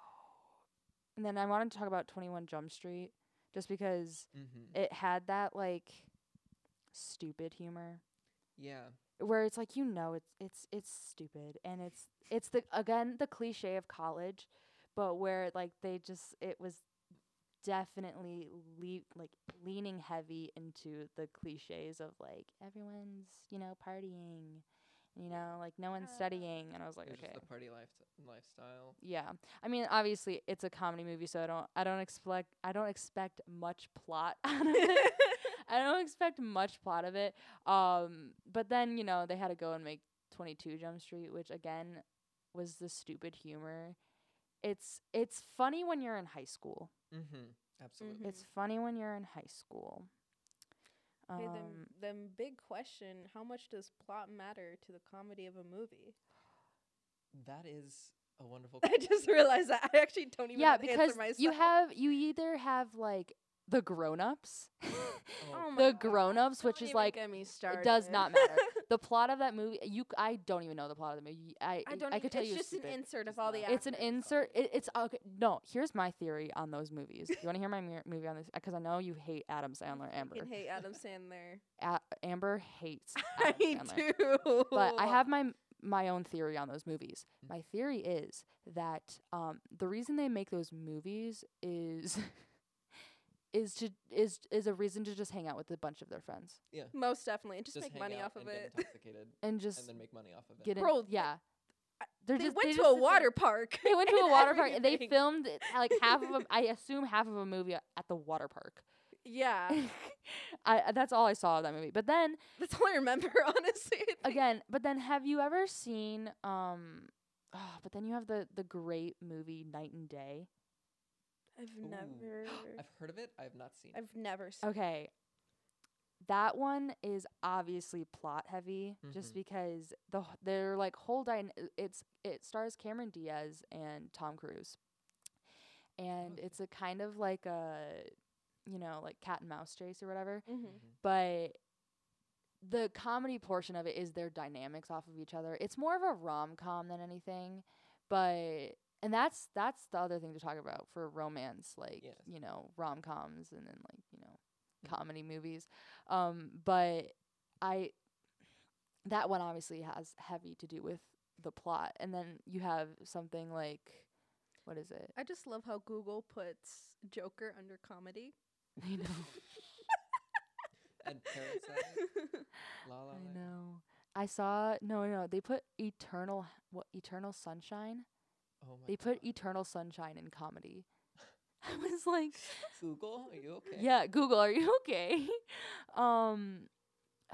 Speaker 1: and then I wanted to talk about 21 Jump Street just because
Speaker 2: Mhm.
Speaker 1: it had that like stupid humor
Speaker 2: Yeah.
Speaker 1: where it's like you know it's it's it's stupid and it's it's the again the cliche of college but where like they just it was definitely le- like leaning heavy into the cliches of like everyone's you know partying and, you know like no one's
Speaker 3: Yeah.
Speaker 1: studying and i was (laughs) like
Speaker 2: It was
Speaker 1: okay
Speaker 2: Uh, just the party life lifestyle.
Speaker 1: yeah i mean obviously it's a comedy movie so i don't i don't expect i don't expect much plot (laughs) out of
Speaker 3: (laughs)
Speaker 1: it I don't expect much plot of it. Um, but then you know they had to go and make Twenty Two Jump Street, which again was the stupid humor. It's it's funny when you're in high school.
Speaker 2: Mm-hmm. Absolutely.
Speaker 1: It's funny when you're in high school. Um,
Speaker 3: Mm-hmm. Hey, then, then big question: How much does plot matter to the comedy of a movie? (laughs)
Speaker 1: Mm-hmm.
Speaker 2: That is
Speaker 1: (laughs)
Speaker 2: a wonderful.
Speaker 3: I just realized that I actually don't even.
Speaker 1: yeah,
Speaker 3: know the answer
Speaker 1: because you
Speaker 3: myself.
Speaker 1: have you either have like the grown (laughs)
Speaker 3: (laughs)
Speaker 1: ups,
Speaker 2: Oh,
Speaker 1: the grown ups, which
Speaker 3: Don't
Speaker 1: is
Speaker 3: even
Speaker 1: like
Speaker 3: get me
Speaker 1: it does
Speaker 3: started.
Speaker 1: not
Speaker 3: (laughs)
Speaker 1: matter. the plot of that movie, you c- I don't even know the plot of the movie. I
Speaker 3: I don't.
Speaker 1: I
Speaker 3: even-
Speaker 1: could tell
Speaker 3: it's
Speaker 1: you
Speaker 3: just
Speaker 1: stupid.
Speaker 3: an insert of
Speaker 2: Just
Speaker 3: all the.
Speaker 2: not-
Speaker 1: It's an
Speaker 3: actors.
Speaker 1: insert. It, it's okay. No, here's my theory on those movies. You want to hear my mir- movie on this? Because I know you hate Adam Sandler.
Speaker 3: I
Speaker 1: Amber.
Speaker 3: fucking
Speaker 1: (laughs)
Speaker 3: hate Adam Sandler.
Speaker 1: A- Amber hates.
Speaker 3: (laughs) I
Speaker 1: Adam Sandler.
Speaker 3: do.
Speaker 1: But I have my m- my own theory on those movies. My theory is that um, the reason they make those movies is (laughs) is to is is a reason to just hang out with a bunch of their friends
Speaker 3: most definitely just,
Speaker 2: just
Speaker 3: make
Speaker 2: hang
Speaker 3: money
Speaker 2: out
Speaker 3: off of
Speaker 2: and
Speaker 3: it.
Speaker 2: Get
Speaker 1: (laughs)
Speaker 2: intoxicated
Speaker 1: and just
Speaker 2: and then make money off of it.
Speaker 1: get in.
Speaker 3: Bro, th-
Speaker 1: yeah. They're
Speaker 3: They
Speaker 1: just-
Speaker 3: went to
Speaker 1: just
Speaker 3: a
Speaker 1: sit there-
Speaker 3: (laughs) water park.
Speaker 1: They went to a
Speaker 3: and
Speaker 1: water park. and They
Speaker 3: everything.
Speaker 1: filmed it, like half of a,
Speaker 3: (laughs)
Speaker 1: I assume half of a movie a- at the water park.
Speaker 3: Yeah,
Speaker 1: (laughs)
Speaker 3: (laughs)
Speaker 1: I uh, that's all I saw of that movie. But then
Speaker 3: that's all I remember. (laughs) Honestly, I think.
Speaker 1: again, but then have you ever seen um (sighs) oh, but then you have the the great movie Night and Day.
Speaker 3: (laughs) I've
Speaker 2: Ooh. (gasps)
Speaker 3: never.
Speaker 2: I've heard of it. I have not seen it.
Speaker 3: I've never seen.
Speaker 1: Okay. That one is obviously plot heavy just
Speaker 2: Mhm.
Speaker 1: because the wh- they're like whole dyna- it's it stars Cameron Diaz and Tom Cruise. And
Speaker 2: Okay.
Speaker 1: it's a kind of like a you know, like cat and mouse chase or whatever.
Speaker 3: Mhm.
Speaker 2: Mm-hmm.
Speaker 1: but the comedy portion of it is their dynamics off of each other. It's more of a rom com than anything, but and that's that's the other thing to talk about for romance, like
Speaker 2: Yes.
Speaker 1: you know rom coms and then like you know
Speaker 2: Mhm.
Speaker 1: comedy movies. Um, but I that one obviously has heavy to do with the plot, and then you have something like what is it?
Speaker 3: I just love how Google puts Joker
Speaker 2: (laughs)
Speaker 3: under comedy.
Speaker 1: (laughs) I know.
Speaker 2: And Parasite, La La
Speaker 1: I
Speaker 2: Land.
Speaker 1: know. I saw no, no, no. They put Eternal what Eternal Sunshine.
Speaker 2: Oh my
Speaker 1: They put
Speaker 2: God.
Speaker 1: Eternal Sunshine in comedy. I was like,
Speaker 2: (laughs) Google, are you okay?
Speaker 1: yeah, Google, are you okay? (laughs) um, (sighs)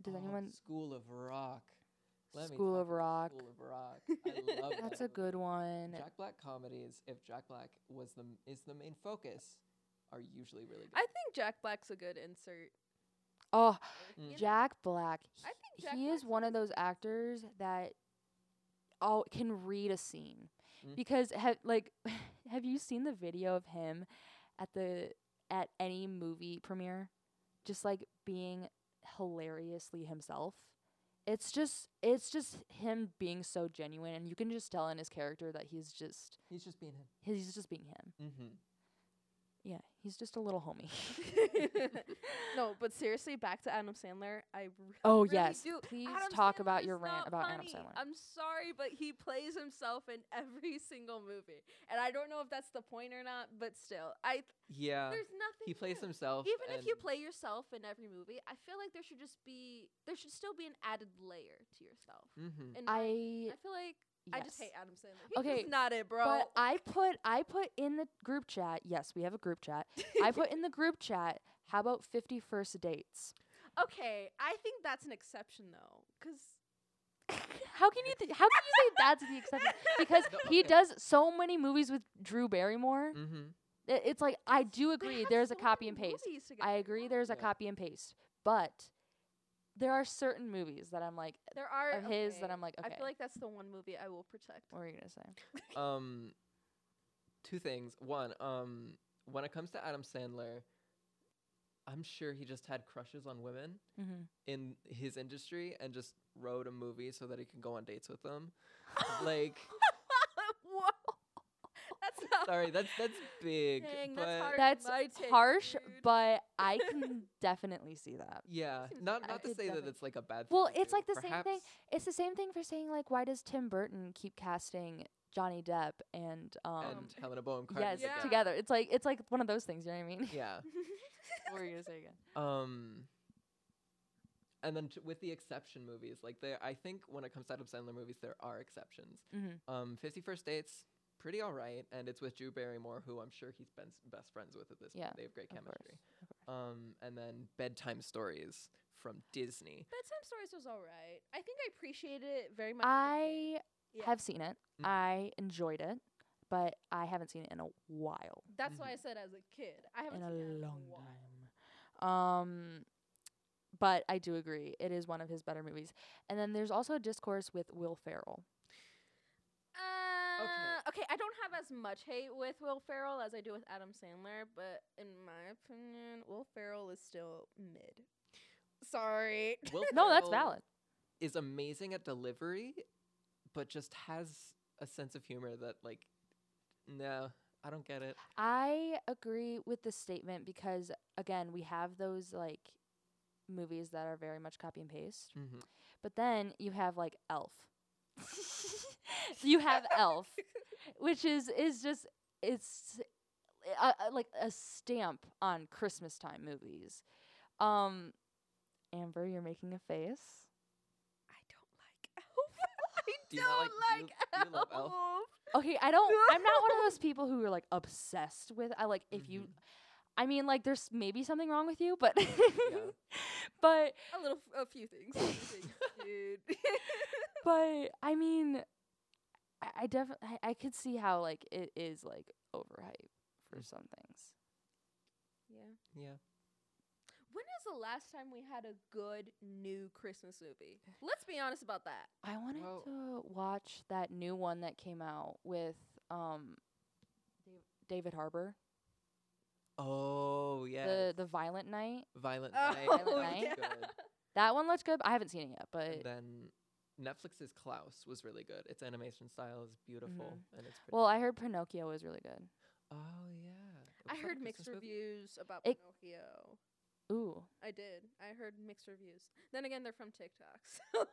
Speaker 1: does
Speaker 2: Oh,
Speaker 1: anyone?
Speaker 2: School of Rock. Let me
Speaker 1: School
Speaker 2: talk
Speaker 1: of
Speaker 2: about
Speaker 1: Rock.
Speaker 2: School of Rock. I
Speaker 1: (laughs)
Speaker 2: love
Speaker 1: That's
Speaker 2: that
Speaker 1: a good one.
Speaker 2: Jack Black comedies, if Jack Black was the m- is the main focus, are usually really good.
Speaker 3: (laughs) I think Jack Black's a good insert.
Speaker 1: Oh,
Speaker 2: Mm.
Speaker 3: You know?
Speaker 1: Jack Black.
Speaker 3: I
Speaker 1: he-
Speaker 3: think Jack
Speaker 1: he
Speaker 3: Black's
Speaker 1: is one of
Speaker 3: good.
Speaker 1: those actors that all can read a scene
Speaker 2: Mm.
Speaker 1: because have like (laughs) have you seen the video of him at the at any movie premiere just like being hilariously himself it's just it's just him being so genuine and you can just tell in his character that he's just
Speaker 2: He's just being him.
Speaker 1: he's just being him
Speaker 2: Mm-hmm.
Speaker 1: yeah he's just a little
Speaker 3: (laughs)
Speaker 1: homie (laughs)
Speaker 3: no, but seriously, back to Adam Sandler. I really
Speaker 1: oh
Speaker 3: really
Speaker 1: yes
Speaker 3: do.
Speaker 1: (laughs) please
Speaker 3: Adam
Speaker 1: talk
Speaker 3: Sandler
Speaker 1: about
Speaker 3: is
Speaker 1: your rant
Speaker 3: not
Speaker 1: about adam
Speaker 3: funny.
Speaker 1: sandler
Speaker 3: I'm sorry, but he plays himself in every single movie, and I don't know if that's the point or not. But still, I
Speaker 2: Yeah,
Speaker 3: there's nothing.
Speaker 2: Uh, he plays
Speaker 3: new.
Speaker 2: himself.
Speaker 3: Even if you
Speaker 2: and-
Speaker 3: play yourself in every movie, I feel like there should just be there should still be an added layer to yourself.
Speaker 2: Mhm.
Speaker 3: And I,
Speaker 1: i
Speaker 3: I feel like I just
Speaker 1: yes.
Speaker 3: hate Adam Sandler. He's
Speaker 1: Okay,
Speaker 3: just not it, bro.
Speaker 1: But I put I put in the group chat. Yes, we have a group chat. I put in the group chat. How about 50 first dates?
Speaker 3: (laughs) okay, I think that's an exception though, because
Speaker 1: How can you th- how can you say that's the
Speaker 3: (laughs)
Speaker 1: exception? Because
Speaker 2: (laughs) No,
Speaker 1: he
Speaker 2: okay.
Speaker 1: does so many movies with Drew Barrymore.
Speaker 2: Mhm.
Speaker 1: I- It's like I do
Speaker 3: They
Speaker 1: agree.
Speaker 3: have
Speaker 1: There's a
Speaker 3: so
Speaker 1: copy
Speaker 3: many
Speaker 1: and paste.
Speaker 3: movies together.
Speaker 1: I agree. There's a
Speaker 2: Yeah.
Speaker 1: copy and paste. But there are certain movies that I'm like,
Speaker 3: There are
Speaker 1: of his that
Speaker 3: okay,
Speaker 1: I'm like,
Speaker 3: I
Speaker 1: okay.
Speaker 3: feel like that's the one movie I will protect.
Speaker 1: what were you gonna say?
Speaker 2: Um, two things. One, um, when it comes to Adam Sandler, I'm sure he just had crushes on women
Speaker 1: Mm-hmm.
Speaker 2: in his industry and just wrote a movie so that he can go on dates with them.
Speaker 1: (laughs)
Speaker 2: like,
Speaker 3: (laughs) Whoa. That's not (laughs)
Speaker 2: sorry, that's that's big.
Speaker 3: Dang,
Speaker 2: but
Speaker 3: that's hard.
Speaker 1: That's
Speaker 3: my take,
Speaker 1: harsh,
Speaker 3: dude.
Speaker 1: but
Speaker 3: (laughs)
Speaker 1: I can definitely see that.
Speaker 2: Yeah,
Speaker 3: Seems
Speaker 2: not
Speaker 3: like
Speaker 2: not
Speaker 1: I
Speaker 2: to
Speaker 1: could
Speaker 2: say that
Speaker 1: definitely-
Speaker 2: it's like a bad. thing
Speaker 1: Well,
Speaker 2: to
Speaker 1: it's
Speaker 2: do.
Speaker 1: like the same thing-
Speaker 2: Perhaps-
Speaker 1: It's the same thing for saying like, why does Tim Burton keep casting Johnny Depp and um
Speaker 2: and Helena Bonham Carter.
Speaker 1: yes
Speaker 3: Yeah.
Speaker 1: together? It's like it's like one of those things. You know what I mean?
Speaker 2: Yeah.
Speaker 1: what were you gonna say again?
Speaker 2: Um. And then t- with the exception movies, like there, I think when it comes to Adam Sandler movies, there are exceptions.
Speaker 1: Mhm.
Speaker 2: Um, Fifty First Dates, pretty all right, and it's with Drew Barrymore, who I'm sure he's been s- best friends with at this
Speaker 1: Yeah,
Speaker 2: point. They have great
Speaker 1: Of course.
Speaker 2: chemistry. Um, and then Bedtime Stories from
Speaker 1: (laughs)
Speaker 2: Disney.
Speaker 3: Bedtime Stories was alright. I think I appreciated it very much. as a
Speaker 1: (laughs) I
Speaker 3: kid. Yeah.
Speaker 1: have seen it.
Speaker 2: Mhm.
Speaker 1: I enjoyed it, but I haven't seen it in a while,
Speaker 3: That's why I said as a kid. I haven't
Speaker 1: Mm-hmm. in a
Speaker 3: seen it in
Speaker 1: long
Speaker 3: while.
Speaker 1: time. Um, but I do agree it is one of his better movies. And then there's also a discourse with Will Ferrell.
Speaker 3: Uh, okay. I don't have as much hate with Will Ferrell as I do with Adam Sandler, but in my opinion, Will Ferrell is still mid. Sorry.
Speaker 2: Will
Speaker 1: No, that's
Speaker 2: Ferrell
Speaker 1: valid.
Speaker 2: Is amazing at delivery, but just has a sense of humor that like, no, I don't get it.
Speaker 1: I agree with the statement because again, we have those like movies that are very much copy and paste.
Speaker 2: Mm-hmm.
Speaker 1: (laughs) But then you have like Elf. (laughs) you have Elf, which is is just it's uh, uh, like a stamp on Christmas time movies. Um Amber, you're making a face.
Speaker 3: I don't like Elf. (laughs) I
Speaker 2: Do you
Speaker 3: not
Speaker 2: not like- do
Speaker 3: like,
Speaker 2: you- do you love Elf?
Speaker 3: Elf.
Speaker 1: Okay, Oh, I don't. I'm not one of those people who are like obsessed with. I like if you. I mean, like there's maybe something wrong with you, but (laughs) but
Speaker 3: A little, f- a few things. a few things,
Speaker 2: (laughs)
Speaker 3: dude. (laughs)
Speaker 1: but I mean, I, I definitely I, I could see how like it is like overhype for
Speaker 2: Mm.
Speaker 1: some things.
Speaker 3: yeah.
Speaker 2: Yeah.
Speaker 3: When is the last time we had a good new Christmas movie? Let's be honest about that.
Speaker 1: I wanted
Speaker 2: Well-
Speaker 1: to watch that new one that came out with um Dav- David Harbour,
Speaker 2: Oh yeah.
Speaker 1: the the Violent Night.
Speaker 2: Violent
Speaker 3: Oh,
Speaker 2: Night.
Speaker 1: Violent
Speaker 2: was
Speaker 1: Night.
Speaker 2: good.
Speaker 1: That one looked good. but I haven't seen it yet, but
Speaker 2: And then Netflix's Klaus was really good. Its animation style is beautiful and it's pretty.
Speaker 1: Mm-hmm. well, I heard Pinocchio was really good.
Speaker 2: oh yeah.
Speaker 3: I
Speaker 2: Was that a
Speaker 3: heard mixed
Speaker 2: Christmas movie?
Speaker 3: reviews about
Speaker 1: It-
Speaker 3: Pinocchio.
Speaker 1: Ooh,
Speaker 3: I did. I heard mixed reviews. Then again, they're from TikTok. (laughs)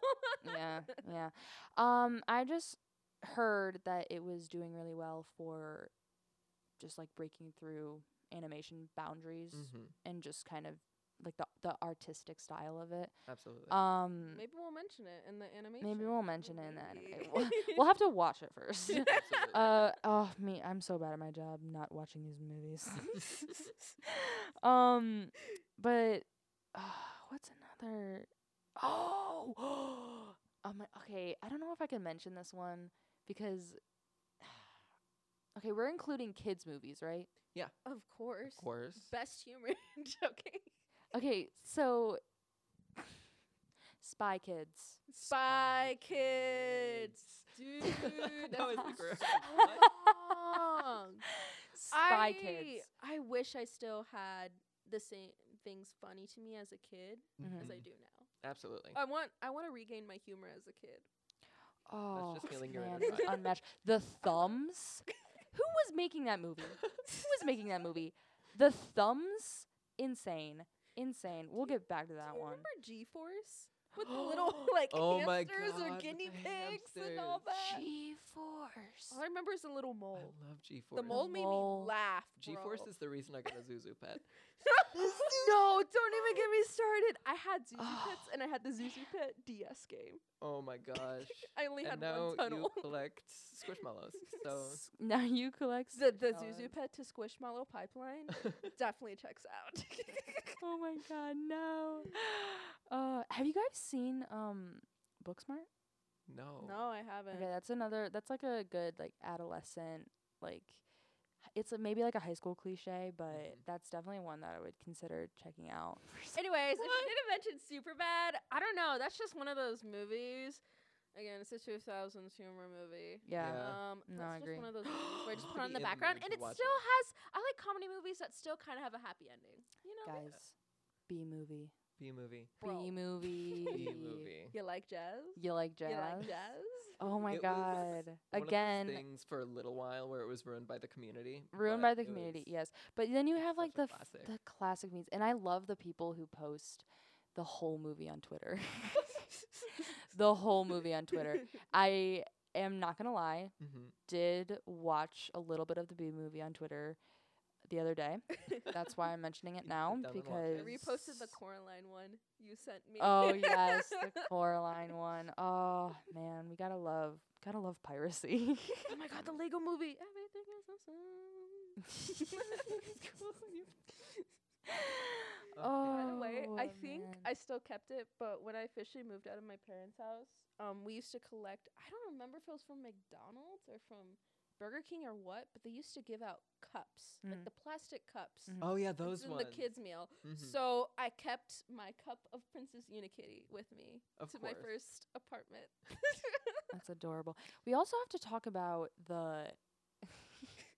Speaker 3: So
Speaker 2: (laughs)
Speaker 1: yeah, yeah. Um, I just heard that it was doing really well for just like breaking through animation boundaries.
Speaker 2: Mhm.
Speaker 1: and just kind of like the the artistic style of it.
Speaker 2: Absolutely.
Speaker 1: Um,
Speaker 3: (laughs) Maybe we'll mention it in the animation.
Speaker 1: maybe we'll mention it in the
Speaker 3: Maybe. (laughs)
Speaker 1: anime. We'll, we'll have to watch it first. (laughs)
Speaker 2: Absolutely.
Speaker 1: uh oh me i'm so bad at my job not watching these movies (laughs) um but uh, what's another oh oh my okay i don't know if i can mention this one because (sighs) okay we're including kids movies right
Speaker 3: of course.
Speaker 2: (gasps) of course.
Speaker 3: Best humor. (laughs) I'm joking.
Speaker 1: okay so (laughs) spy kids
Speaker 3: Spy Kids.
Speaker 1: (laughs)
Speaker 3: Dude,
Speaker 2: That
Speaker 3: that's
Speaker 2: was
Speaker 3: a
Speaker 2: gross. (laughs)
Speaker 3: song.
Speaker 1: spy
Speaker 3: I,
Speaker 1: kids
Speaker 3: I wish I still had the same things funny to me as a kid
Speaker 1: Mm-hmm.
Speaker 3: as I
Speaker 1: Mm.
Speaker 2: Mhm.
Speaker 3: do now.
Speaker 2: Absolutely.
Speaker 3: I want I want to regain my humor as a kid.
Speaker 1: Oh,
Speaker 2: just feeling your
Speaker 1: man,
Speaker 2: inner
Speaker 1: it's
Speaker 3: thigh.
Speaker 1: unmatched. The
Speaker 2: (laughs)
Speaker 1: thumbs. Who was making that movie? (laughs) Who was making that movie? The thumbs. Insane. Insane. We'll get back to that
Speaker 3: do you
Speaker 1: one.
Speaker 3: remember (gasps) G-force with the little (laughs) like
Speaker 2: Oh my
Speaker 3: hamsters
Speaker 2: God,
Speaker 3: or
Speaker 2: with
Speaker 3: guinea
Speaker 2: the
Speaker 3: pigs and all
Speaker 2: hamsters.
Speaker 3: that?
Speaker 1: G
Speaker 3: All I
Speaker 1: Force.
Speaker 3: remember is the little
Speaker 2: I
Speaker 3: mole.
Speaker 2: love G
Speaker 3: The
Speaker 2: Force.
Speaker 3: mole made
Speaker 1: mole.
Speaker 3: me laugh.
Speaker 2: G Force
Speaker 3: bro.
Speaker 2: is the reason I got a Zuzu pet.
Speaker 3: (laughs) no, don't even get me started. I had
Speaker 2: (sighs)
Speaker 3: Zuzu
Speaker 1: Oh.
Speaker 3: Pets and I had the Zuzu Pet DS game.
Speaker 2: Oh my gosh.
Speaker 3: I only
Speaker 2: and
Speaker 3: had
Speaker 2: now
Speaker 3: one
Speaker 2: you
Speaker 3: tunnel.
Speaker 2: collect squishmallows. So
Speaker 1: (laughs) Now you collect
Speaker 3: (laughs) The, the
Speaker 1: Zuzu
Speaker 3: Zuzu Pet to Squishmallow pipeline
Speaker 2: (laughs) I
Speaker 3: definitely checks out. (laughs)
Speaker 1: Oh my god, no. (gasps) Uh, have you guys seen um Booksmart?
Speaker 2: no.
Speaker 3: no, I haven't.
Speaker 1: Okay, that's another. That's like a good like adolescent like. It's a, maybe like a high school cliche, but
Speaker 2: Mhm.
Speaker 1: that's definitely one that I would consider checking out.
Speaker 3: Anyways, if (laughs)
Speaker 2: What?
Speaker 3: you didn't mention Superbad, I don't know. That's just one of those movies. Again, it's a 2000s humor movie.
Speaker 1: Yeah.
Speaker 2: Yeah.
Speaker 3: Um,
Speaker 1: No, I
Speaker 3: that's just
Speaker 1: agree.
Speaker 3: one of those movies
Speaker 2: (gasps)
Speaker 3: where I just put
Speaker 2: Put it
Speaker 3: it on the
Speaker 2: in
Speaker 3: background,
Speaker 2: there
Speaker 3: and
Speaker 2: to
Speaker 3: it
Speaker 2: watch
Speaker 3: still
Speaker 2: it.
Speaker 3: has. I like comedy movies that still kind of have a happy ending. You know,
Speaker 1: Guys, B movie.
Speaker 2: B movie.
Speaker 3: (laughs) Bro.
Speaker 1: B movie.
Speaker 2: B movie.
Speaker 3: you like jazz?
Speaker 1: You like jazz?
Speaker 3: You like jazz?
Speaker 1: Oh my (laughs)
Speaker 3: (laughs)
Speaker 2: It was
Speaker 1: god.
Speaker 2: One of those
Speaker 1: Again,
Speaker 2: things for a little while where it was ruined by the community.
Speaker 1: ruined
Speaker 2: but
Speaker 1: by the
Speaker 2: it
Speaker 1: community.
Speaker 2: was-
Speaker 1: Yes. But then you
Speaker 2: it's
Speaker 1: have like
Speaker 2: such
Speaker 1: the
Speaker 2: a
Speaker 1: f-
Speaker 2: classic.
Speaker 1: the classic memes and I love the people who post the whole movie on Twitter. (laughs) the whole movie on
Speaker 3: (laughs)
Speaker 1: Twitter. I am not going to lie,
Speaker 2: Mhm.
Speaker 1: did watch a little bit of the B movie on Twitter the other day. That's why I'm mentioning
Speaker 2: (laughs)
Speaker 1: it
Speaker 2: You
Speaker 1: now
Speaker 2: sit down and watch
Speaker 1: because
Speaker 2: it.
Speaker 3: I reposted the Coraline one you sent me.
Speaker 1: Oh yes,
Speaker 3: (laughs)
Speaker 1: the Coraline one. Oh man, we gotta love gotta love
Speaker 3: (laughs)
Speaker 1: piracy. (laughs)
Speaker 3: oh my god, the Lego movie. Everything
Speaker 1: (laughs)
Speaker 3: is awesome. (laughs)
Speaker 1: oh,
Speaker 3: Oh, By the way, I think
Speaker 1: man.
Speaker 3: I still kept it, but when I officially moved out of my parents' house, um, we used to collect. I don't remember if it was from McDonald's or from Burger King or what, but they used to give out cups, like
Speaker 1: Mhm.
Speaker 3: the plastic cups.
Speaker 1: Mhm.
Speaker 2: Oh yeah,
Speaker 3: This
Speaker 2: those
Speaker 3: is
Speaker 2: ones.
Speaker 3: the kids' meal.
Speaker 2: Mhm.
Speaker 3: So I kept my cup of Princess Unikitty with me
Speaker 2: Of
Speaker 3: to my
Speaker 2: course.
Speaker 3: first apartment. (laughs)
Speaker 1: that's adorable. We also have to talk about the (laughs)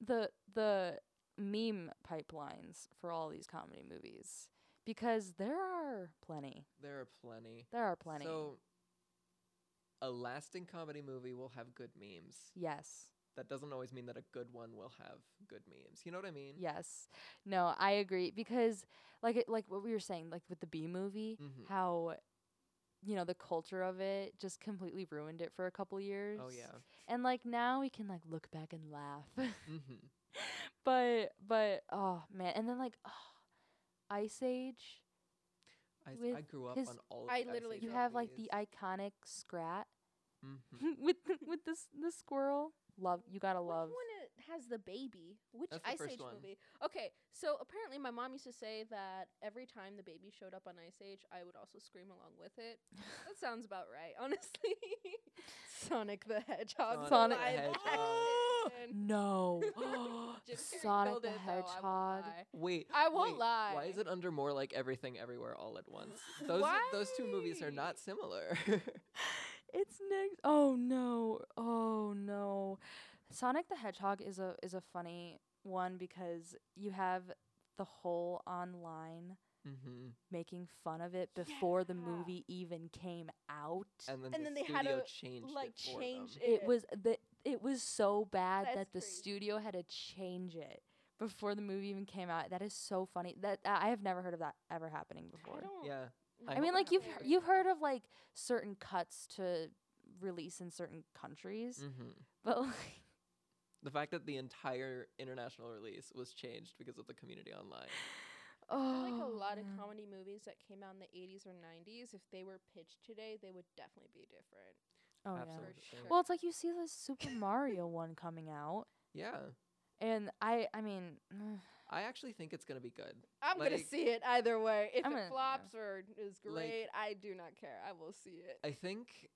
Speaker 1: the the meme pipelines for all these comedy movies because there are plenty.
Speaker 2: There are plenty.
Speaker 1: There are plenty.
Speaker 2: So a lasting comedy movie will have good memes.
Speaker 1: yes.
Speaker 2: That doesn't always mean that a good one will have good memes. You know what I mean?
Speaker 1: Yes. No, I agree because like it, like what we were saying like with the B movie
Speaker 2: Mhm.
Speaker 1: how you know the culture of it just completely ruined it for a couple years.
Speaker 2: Oh yeah.
Speaker 1: And like now we can like look back and laugh.
Speaker 2: hmm
Speaker 1: (laughs) but but oh man and then like oh, Ice Age
Speaker 2: I, s-
Speaker 1: With
Speaker 2: I grew up
Speaker 1: his-
Speaker 2: on all. Of
Speaker 3: I
Speaker 2: the Ice
Speaker 3: literally
Speaker 2: Age
Speaker 1: you have like the
Speaker 2: movies.
Speaker 1: iconic scrat (laughs)
Speaker 2: Mhm.
Speaker 1: with the, with this the squirrel love you got to love
Speaker 3: Which one it has the baby? Which
Speaker 2: That's the
Speaker 3: Ice
Speaker 2: first
Speaker 3: Age
Speaker 2: one.
Speaker 3: movie? Okay, so apparently my mom used to say that every time the baby showed up on Ice Age, I would also scream along with it. that sounds about right, honestly. (laughs) Sonic the Hedgehog.
Speaker 1: Sonic the
Speaker 3: live
Speaker 1: (laughs)
Speaker 2: Hedgehog.
Speaker 1: (laughs)
Speaker 2: (laughs)
Speaker 3: action.
Speaker 1: no
Speaker 2: Mm-hmm. (gasps)
Speaker 3: Jim Carrey
Speaker 1: Sonic
Speaker 3: killed
Speaker 1: the
Speaker 3: it, though, I won't
Speaker 1: Hedgehog
Speaker 3: lie.
Speaker 2: Wait.
Speaker 3: I won't
Speaker 2: wait,
Speaker 3: lie.
Speaker 2: Why is it under more like everything everywhere all at
Speaker 3: (gasps)
Speaker 2: once? Those are- those two movies are not
Speaker 3: Why?
Speaker 2: similar. (laughs)
Speaker 1: It's next. Oh no. Oh no. Sonic the Hedgehog is a is a funny one because you have the whole online
Speaker 2: hmm
Speaker 1: making fun of it before the
Speaker 3: Yeah.
Speaker 1: movie even came out.
Speaker 2: And then
Speaker 3: And
Speaker 2: the
Speaker 3: then they
Speaker 2: studio
Speaker 3: had to,
Speaker 2: changed
Speaker 3: like,
Speaker 2: it for
Speaker 3: change
Speaker 2: them.
Speaker 3: it.
Speaker 1: it was the it was so bad
Speaker 3: That's
Speaker 1: that the
Speaker 3: crazy.
Speaker 1: studio had to change it before the movie even came out. That is so funny. That I have never heard of that ever happening before.
Speaker 3: I don't.
Speaker 2: Yeah.
Speaker 1: I,
Speaker 2: I
Speaker 1: mean,
Speaker 2: hope
Speaker 1: like
Speaker 2: it
Speaker 1: you've
Speaker 2: happens.
Speaker 1: he- you've heard of like certain cuts to release in certain countries,
Speaker 2: hmm
Speaker 1: but like.
Speaker 2: The fact that the entire international release was changed because of the community online.
Speaker 3: I feel like
Speaker 1: (gasps)
Speaker 3: a lot of
Speaker 1: oh, man.
Speaker 3: comedy movies that came out in the 80s or 90s, if they were pitched today, they would definitely be different.
Speaker 1: Oh
Speaker 2: Absolutely.
Speaker 3: sure.
Speaker 1: yeah. Well, it's like you see the Super Mario one coming out,
Speaker 2: yeah.
Speaker 1: and I I mean,
Speaker 3: (laughs)
Speaker 1: ugh,
Speaker 2: I actually think it's gonna be good.
Speaker 3: I'm gonna
Speaker 2: Like-
Speaker 3: see it either way. If
Speaker 1: I'm
Speaker 3: it
Speaker 1: gonna- yeah.
Speaker 3: flops or is
Speaker 2: Like-
Speaker 3: great, I do not care. I will see it.
Speaker 2: I think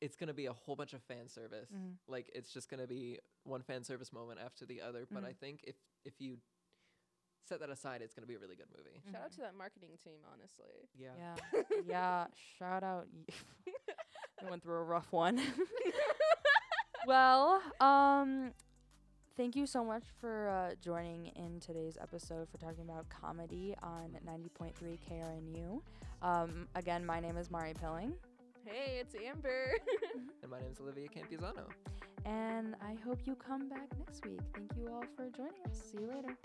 Speaker 2: it's gonna be a whole bunch of fan service.
Speaker 3: Mm-hmm.
Speaker 1: Mhm.
Speaker 2: Like it's just gonna be one fan service moment after the other. But
Speaker 3: Mm-hmm.
Speaker 2: I think if if you set that aside, it's gonna be a really good movie.
Speaker 3: Shout
Speaker 1: Mm-hmm.
Speaker 3: out to that marketing team, honestly. (laughs)
Speaker 2: Yeah.
Speaker 1: yeah. (laughs) yeah, shout out. y- (laughs) I went through a rough one. (laughs) well, um, thank you so much for uh, joining in today's episode for talking about comedy on 90.3 KRNU. Um, again, my name is Mari Pilling,
Speaker 3: hey, it's Amber.
Speaker 2: And my name's Olivia Campuzano.
Speaker 1: and I hope you come back next week. Thank you all for joining us. See you later.